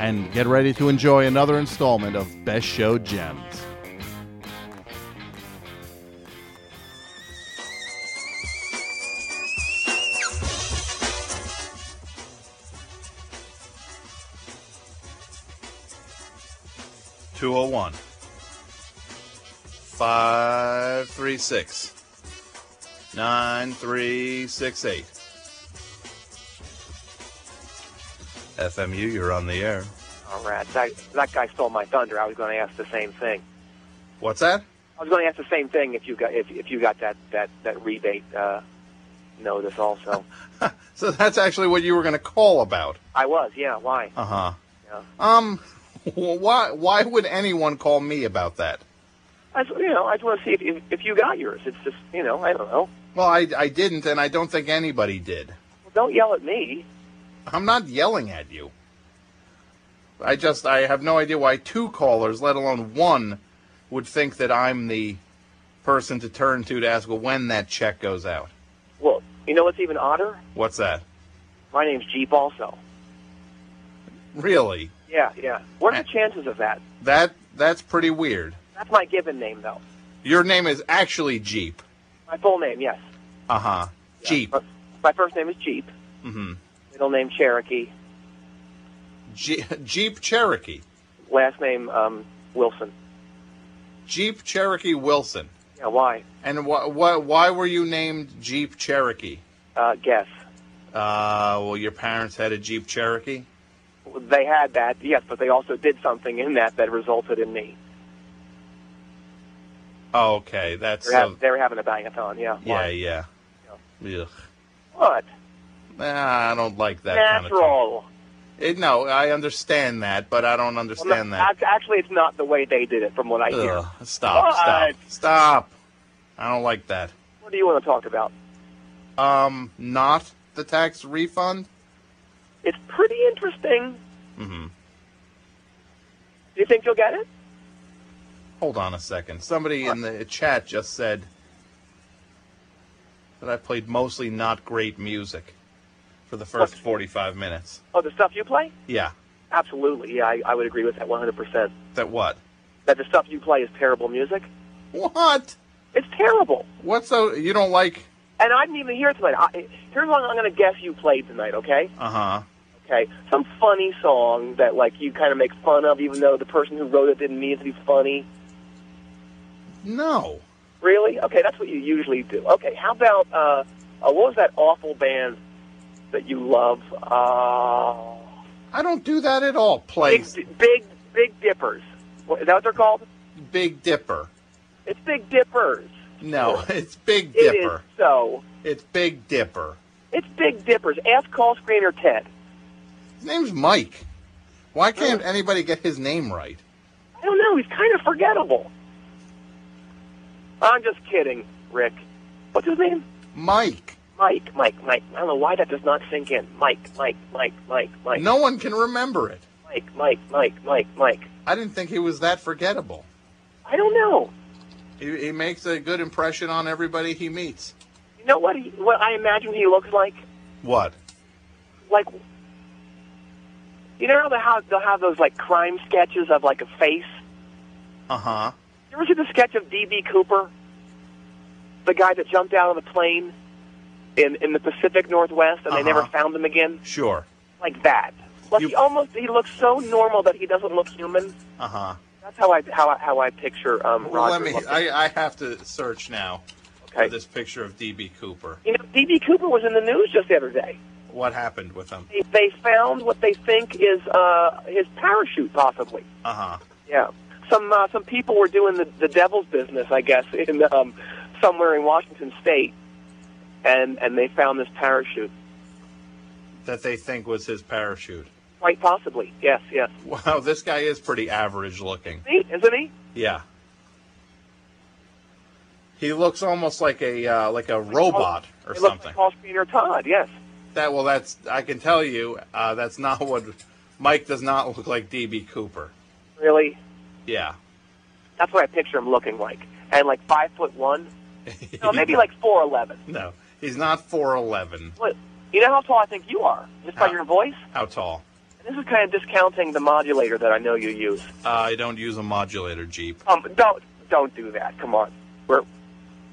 and get ready to enjoy another installment of Best Show Gems. Two oh one. Five three six. Nine three six eight. FMU, you're on the air. Oh, rats. That, that guy stole my thunder. I was going to ask the same thing. What's that? I was going to ask the same thing if you got if, if you got that that that rebate uh, notice also. So that's actually what you were going to call about. I was, yeah. Why? Uh huh. Yeah. Um, why why would anyone call me about that? I just, you know I just want to see if, if if you got yours. It's just you know I don't know. Well, I I didn't, and I don't think anybody did. Don't yell at me. I'm not yelling at you. I just I have no idea why two callers, let alone one, would think that I'm the person to turn to to ask well, when that check goes out. Well, you know what's even odder? What's that? My name's Jeep also. Really? Yeah, yeah. What are the chances of that? That that's pretty weird. That's my given name though. Your name is actually Jeep. My full name, yes. Uh huh. Yeah. Jeep. But My first name is Jeep. Mm-hmm. Middle name Cherokee. Je- Jeep Cherokee. Last name um, Wilson. Jeep Cherokee Wilson. Yeah. Why? And wh- wh- why were you named Jeep Cherokee? Uh, guess. Uh, well, your parents had a Jeep Cherokee. They had that, yes, but they also did something in that that resulted in me. Oh, okay, that's They're, hav- so- they were having a bangathon, yeah. yeah, Why? yeah. Ugh. What? Nah, I don't like that kind of Natural. thing. It, no, I understand that, but I don't Well, no, understand that. that's- Actually, it's not the way they did it, from what I hear. Ugh, stop, stop, What? stop! I don't like that. What do you want to talk about? Um, not the tax refund. It's pretty interesting. Mm-hmm. Do you think you'll get it? Hold on a second. Somebody in the chat just said that I played mostly not great music for the first What? 45 minutes. Oh, the stuff you play? Yeah. Absolutely, yeah, I, I would agree with that 100%. That what? That the stuff you play is terrible music? What? It's terrible. What's so you don't like? And I didn't even hear it tonight. I, here's what I'm going to guess you played tonight, okay? Uh huh. Okay, some funny song that like you kind of make fun of, even though the person who wrote it didn't mean it to be funny. No. Really? Okay, that's what you usually do. Okay, how about uh, uh what was that awful band that you love? Uh, I don't do that at all. Play Big Big, Big Big Dippers. What, is that what they're called? Dipper. It's Big Dippers. No, it's Big It is Dipper. so. It's Big Dipper. It's Big Dippers. Ask Call Screener Ted. His name's Mike. Why can't Oh. anybody get his name right? I don't know. He's kind of forgettable. I'm just kidding, Rick. What's his name? Mike. Mike, Mike, Mike. I don't know why that does not sink in. Mike, Mike, Mike, Mike, Mike, No one can remember it. Mike, Mike, Mike, Mike, Mike. I didn't think he was that forgettable. I don't know. He, he makes a good impression on everybody he meets. You know what? He, what I imagine he looks like? What? Like, you know how they have, they'll have those like crime sketches of like a face. Uh huh. You ever see the sketch of D.B. Cooper, the guy that jumped out of the plane in in the Pacific Northwest and they never Uh-huh. found him again? Sure. Like that. Like You- he almost he looks so normal that he doesn't look human. Uh huh. That's how I how I, how I picture um, Well, Roger. let me. looking. I, I have to search now for okay. this picture of DB Cooper. You know, D.B. Cooper was in the news just the other day. What happened with him? They, they found what they think is uh, his parachute, possibly. Uh huh. Yeah, some uh, some people were doing the, the devil's business, I guess, in um, somewhere in Washington State, and and they found this parachute. That they think was his parachute. quite possibly. Yes, yes. Wow, this guy is pretty average looking. See, isn't he? Yeah. He looks almost like a uh, like a robot or he looks something. like Paul Speeder Todd. Yes. That well, that's I can tell you uh, that's not what Mike does not look like. DB Cooper. Really, Yeah. that's what I picture him looking like, and like five foot one. No, maybe like four eleven. no, he's not four eleven. What? You know how tall I think you are, just by How? your voice. How tall? And this is kind of discounting the modulator that I know you use. Uh, I don't use a modulator Jeep. Um, don't don't do that. Come on, we're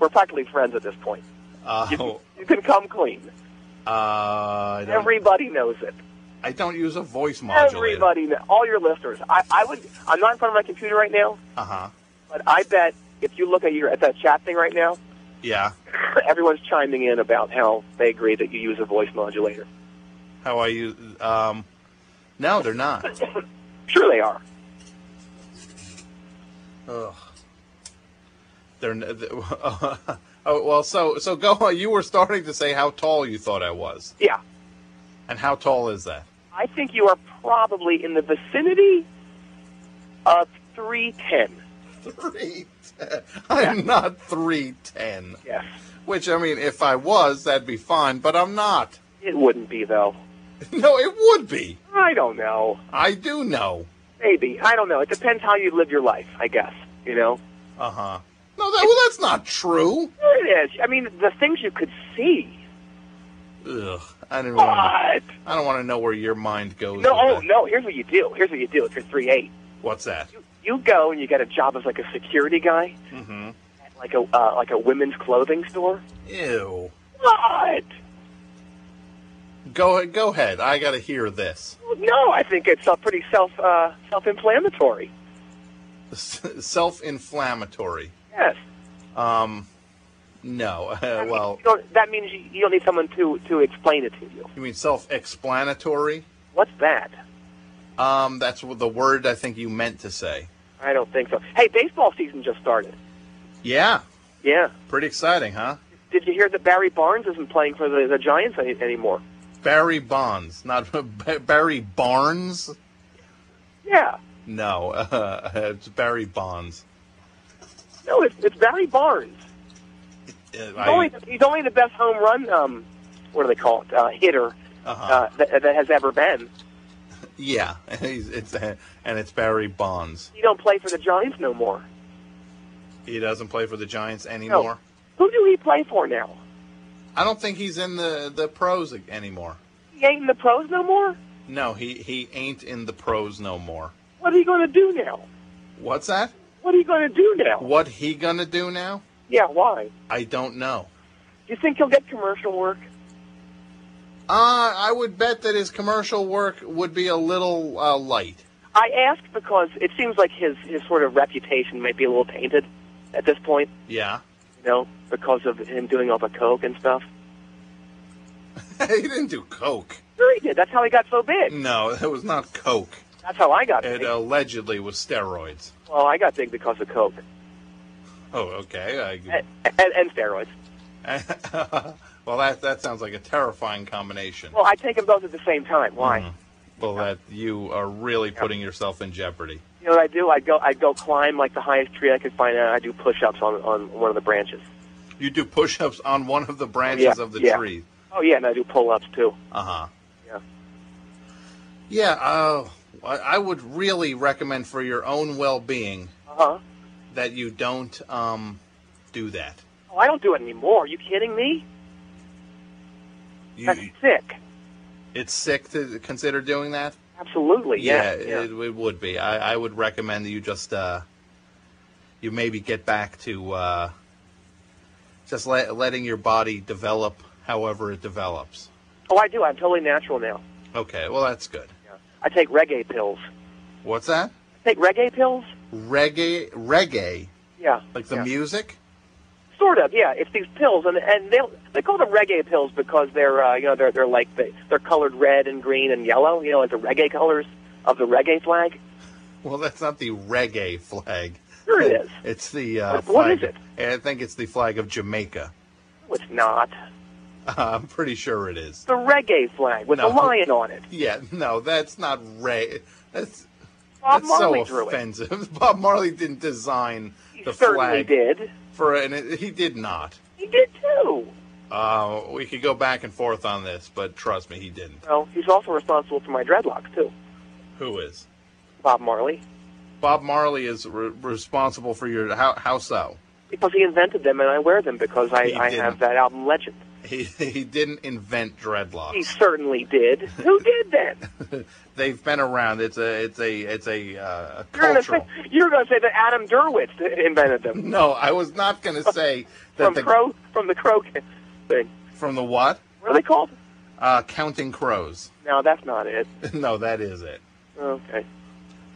we're practically friends at this point. You, Uh, you can come clean. uh, I, don't, Everybody knows it. I don't use a voice modulator. Everybody, kn- all your listeners. I, I would. I'm not in front of my computer right now, Uh huh. but I bet if you look at your at that chat thing right now, Yeah. everyone's chiming in about how they agree that you use a voice modulator. How I use? Um, no, they're not. Sure, they are. Ugh. They're. n- th- oh well, so so go. You were starting to say how tall you thought I was, Yeah, and how tall is that? I think you are probably in the vicinity of three ten. Three. I'm not three ten. Yes, Which I mean, if I was, that'd be fine. But I'm not. it wouldn't be though. No, it would be. I don't know. I do know. Maybe I don't know. It depends how you live your life, I guess. You know, Uh huh. No, that, well, that's not true. it is. I mean, the things you could see. Ugh. I didn't. Wanna, But I don't want to know where your mind goes. no, with oh that. no. Here's what you do. Here's what you do. If you're three eight, What's that? you, you go and you get a job as like a security guy Mm-hmm. at like a uh, like a women's clothing store. Ew. What? Go go ahead. I gotta hear this. No, I think it's uh, pretty self uh, self inflammatory. Self-inflammatory. Yes. Um, no. Uh, well, you don't, that means you, you don't need someone to to explain it to you. you mean self-explanatory? What's that? Um, that's wh- the word I think you meant to say. I don't think so. Hey, baseball season just started. Yeah. Yeah. Pretty exciting, huh? Did you hear that Barry Barnes isn't playing for the, the Giants any, anymore? Barry Bonds, not Ba- Barry Barnes. Yeah. No, uh, it's Barry Bonds. No, it's, it's Barry Barnes. Uh, He's only, he's only the best home run, um, what do they call it, uh, hitter uh-huh. uh, that, that has ever been. yeah, He's- it's uh, and it's Barry Bonds. He don't play for the Giants no more. He doesn't play for the Giants anymore. Who do he play for now? I don't think he's in the the pros ag- anymore. He ain't in the pros no more? No, he he ain't in the pros no more. What are you going to do now? What's that? What are you going to do now? What he gonna do now? Yeah, why? I don't know. Do you think he'll get commercial work? Uh, I would bet that his commercial work would be a little uh, light. I ask because it seems like his, his sort of reputation might be a little tainted at this point, Yeah, you know, because of him doing all the coke and stuff. he didn't do coke. Sure he did. That's how he got so big. No, that was not coke. That's how I got It uh, big. allegedly was steroids. well, I got big because of coke Oh, okay. I, and, and, and steroids. well, that that sounds like a terrifying combination. Well, I take them both at the same time. Why? Mhm. Well, that you are really putting yourself in jeopardy. You know what I do? I go I go climb like the highest tree I could find, and I do push-ups on on one of the branches. You do push-ups on one of the branches of the yeah. tree. Oh yeah, and I do pull-ups too. Uh huh. Yeah. Yeah. Uh, I I would really recommend for your own well-being Uh huh. that you don't um, do that. Oh, I don't do it anymore. Are you kidding me? That's You, sick. it's sick to consider doing that. Absolutely. Yeah. yeah, It, it would be. I, I would recommend that you just uh, you maybe get back to uh, just let, letting your body develop however it develops. Oh, I do. I'm totally natural now. Okay, well that's good. Yeah. I take reggae pills. What's that? Take reggae pills? Reggae, reggae, Yeah. like the yeah. music. Sort of, yeah. It's these pills, and and they they call them reggae pills because they're uh, you know they're they're like they, they're colored red and green and yellow. You know, like the reggae colors of the reggae flag. Well, that's not the reggae flag. Sure it is. It's the uh, What is flag- I think it's the flag of Jamaica. No, it's not. I'm pretty sure it is. The reggae flag with No. the lion on it. Yeah, no, that's not Ray. That's Bob that's Marley so drew it. offensive. Bob Marley didn't design He the certainly flag did. for, and it, he did not. He did too. Uh, we could go back and forth on this, but trust me, he didn't. Well, he's also responsible for my dreadlocks too. Who is? Bob Marley, Bob Marley is re- responsible for your how, how so? because he invented them, and I wear them because I, He I didn't. have that album legend. He he didn't invent He dreadlocks. certainly did. Who did that? They've been around. It's a it's a it's a, uh, a You're gonna cultural. say you're gonna say that Adam Derwitz invented them No, I was not going to say that from the crow from the crow thing. from the what What are they called? uh, counting crows. No, that's not it. no, that is it. Okay.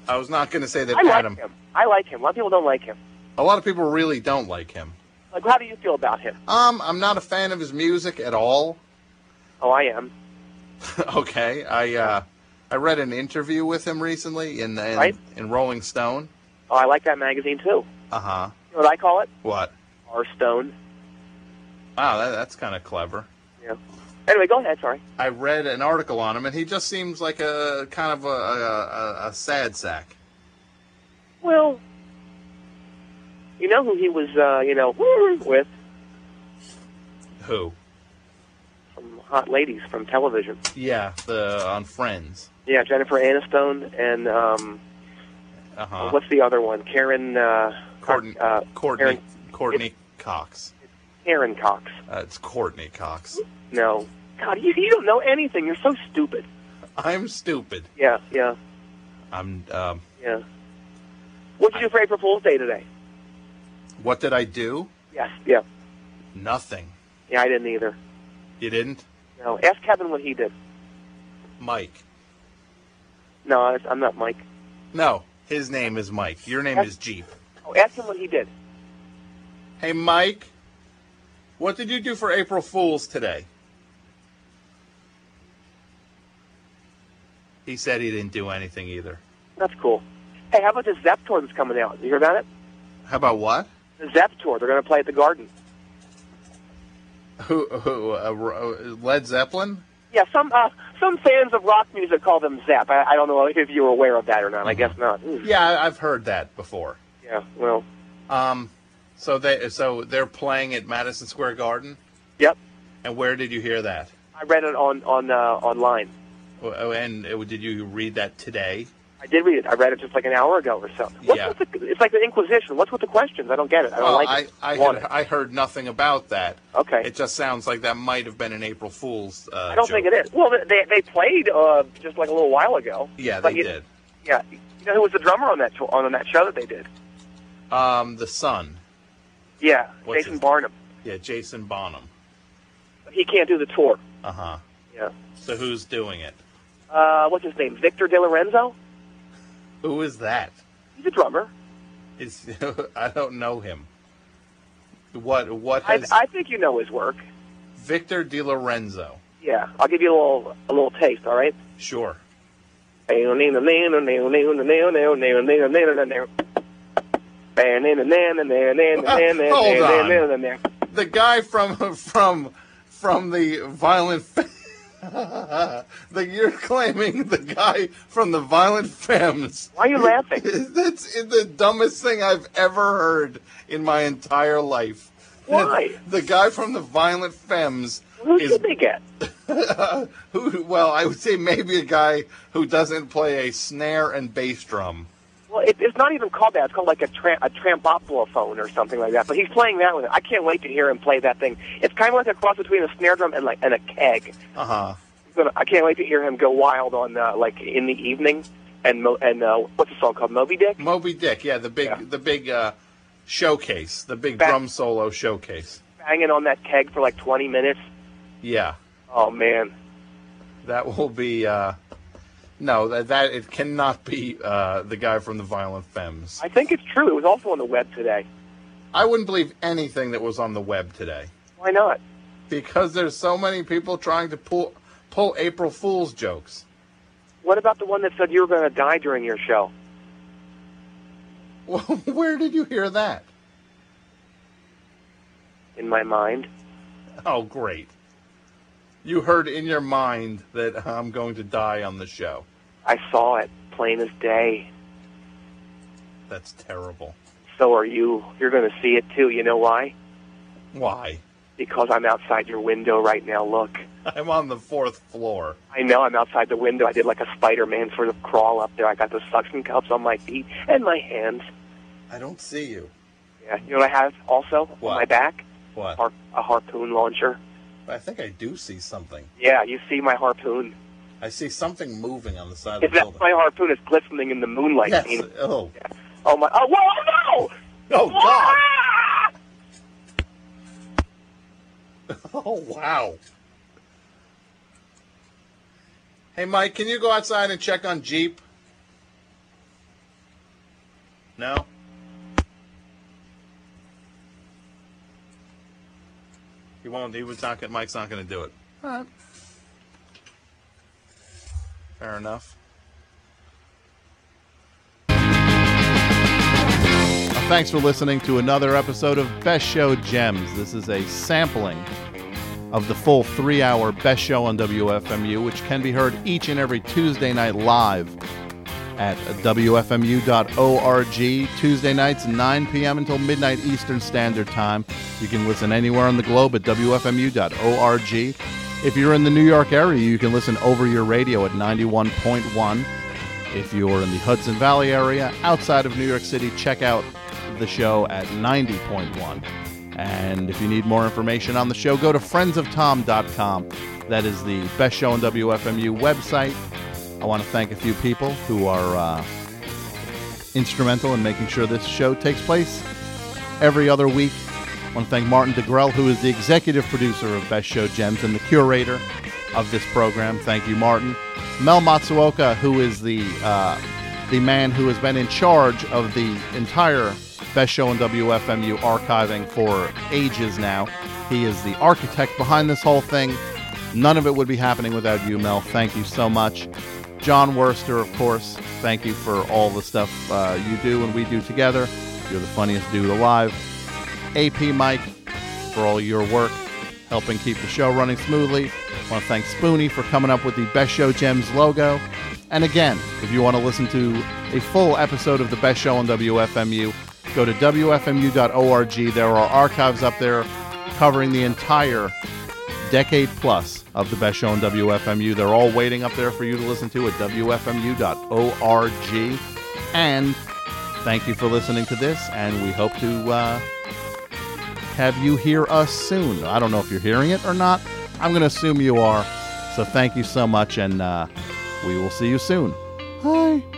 I was not going to say that I like Adam. him. I like him. A lot of people don't like him. A lot of people really don't like him. Like, how do you feel about him? Um, I'm not a fan of his music at all. Oh, I am. okay, I uh, I read an interview with him recently in in, Right. in Rolling Stone. Oh, I like that magazine too. Uh huh. You know what I call it? What? R Stone. Wow, that, that's kind of clever. Yeah. Anyway, go ahead. Sorry. I read an article on him, and he just seems like a kind of a a, a, a sad sack. Well, you know who he was, uh, you know, with Who? from Hot Ladies from television. Yeah, the on Friends. Yeah, Jennifer Aniston and um, Uh huh. what's the other one? Karen. Uh, Courtney Uh, Courtney Karen, Courtney Cox. Karen Cox. Uh, it's Courtney Cox. No. God, you, you don't know anything. You're so stupid. I'm stupid. Yeah, yeah, I'm. Um, yeah. What did you do for April Fool's Day today? what did I do? Yes, yeah, Nothing. yeah. I didn't either. You didn't, No, ask Kevin what he did. Mike. No, I- I'm not Mike. No, his name is Mike. Your name is Jeep. Oh, ask him what he did. Hey, Mike, what did you do for April Fools today? He said he didn't do anything either. That's cool. Hey, how about the Zep tour that's coming out? You hear about it? How about what? The Zep tour. They're going to play at the Garden. Who? who uh, uh, Led Zeppelin? Yeah, some uh, some fans of rock music call them Zep. I, I don't know if you were aware of that or not. I guess not. Mm. Yeah, I- I've heard that before. Yeah. Well. Um, so they so they're playing at Madison Square Garden, Yep. and where did you hear that? I read it on on uh, online. Oh, And uh, did you read that today? I did read it. I read it just like an hour ago or so. What's Yeah. with the, it's like the Inquisition. What's with the questions? I don't get it. I don't Well, like I, it. I, want had- it. I heard nothing about that. Okay. It just sounds like that might have been an April Fool's. Uh, I don't think it is. Well, they they played uh, just like a little while ago. Yeah, But they you- did. Yeah, you know who was the drummer on that tour, on that show that they did? Um, the Sun. Yeah, What's Jason his- Barnum. Yeah, Jason Bonham. But He can't do the tour. Uh huh. Yeah. So who's doing it? Uh, what's his name? Victor De Lorenzo. Who is that? He's a drummer. It's I don't know him. What what I, has I think you know his work. Victor Di Lorenzo? Yeah, I'll give you a little a little taste. All right. Sure. The guy from from from the violent. F- the, you're claiming the guy from the violent femmes. Why are you laughing? That's the dumbest thing I've ever heard in my entire life. Why? The guy from the Violent Femmes Who is did they get? who? Well, I would say maybe a guy who doesn't play a snare and bass drum. Well, it, it's not even called that. It's called like a, tra- a trampoplophone or something like that. But he's playing that with it. I can't wait to hear him play that thing. It's kind of like a cross between a snare drum and like and a keg. Uh huh. He's gonna- I can't wait to hear him go wild on uh, like in the evening and Mo- and uh, what's the song called Moby Dick? Moby Dick, yeah, the big Yeah. the big uh, showcase, the big Back- drum solo showcase. Banging on that keg for like 20 minutes. Yeah, Oh man, that will be. Uh, no, that that it cannot be uh, the guy from the Violent Femmes. I think it's true. It was also on the web today. I wouldn't believe anything that was on the web today. Why not? because there's so many people trying to pull pull April Fool's jokes. What about the one that said you were going to die during your show? Well, Where did you hear that? In my mind, Oh, great. You heard in your mind that I'm going to die on the show. I saw it plain as day. That's terrible. So are you. You're going to see it too. You know why? Why? Because I'm outside your window right now. Look. I'm on the fourth floor. I know I'm outside the window. I did like a Spider-Man sort of crawl up there. I got the suction cups on my feet and my hands. I don't see you. Yeah, you know what I have also What? on my back? What? Har- a harpoon launcher. I think I do see something. Yeah, you see my harpoon. I see something moving on the side of If the that's building. my harpoon, it's glistening in the moonlight. yes. Dean. Oh. Oh my! Oh whoa! Oh No! God. Ah! Oh wow. Hey Mike, can you go outside and check on Jeep? No. He won't. He was not. gonna- Mike's not going to do it. All right. Fair enough. Uh, Thanks for listening to another episode of Best Show Gems. This is a sampling of the full three hour Best Show on WFMU, which can be heard each and every Tuesday night live at WFMU.org, Tuesday nights, 9 p.m. until midnight Eastern Standard Time. You can listen anywhere on the globe at WFMU.org. If you're in the New York area, you can listen over your radio at 91.1. If you're in the Hudson Valley area outside of New York City, check out the show at 90.1. And if you need more information on the show, go to friendsoftom.com. That is the best show on WFMU website. I want to thank a few people who are uh, instrumental in making sure this show takes place every other week. I want to thank Martin DeGrell, who is the executive producer of Best Show Gems and the curator of this program. Thank you, Martin. Mel Matsuoka, who is the uh, the man who has been in charge of the entire Best Show and WFMU archiving for ages now. He is the architect behind this whole thing. None of it would be happening without you, Mel. Thank you so much. John Worster, of course, thank you for all the stuff uh, you do and we do together. You're the funniest dude alive. AP Mike for all your work helping keep the show running smoothly. I want to thank Spoonie for coming up with the Best Show Gems logo. And again, if you want to listen to a full episode of the Best Show on WFMU, go to WFMU.org. There are archives up there covering the entire decade plus of the best show on WFMU. They're all waiting up there for you to listen to at WFMU.org. And thank you for listening to this, and we hope to uh, have you hear us soon. I don't know if you're hearing it or not. I'm going to assume you are. So thank you so much, and uh, we will see you soon. Bye.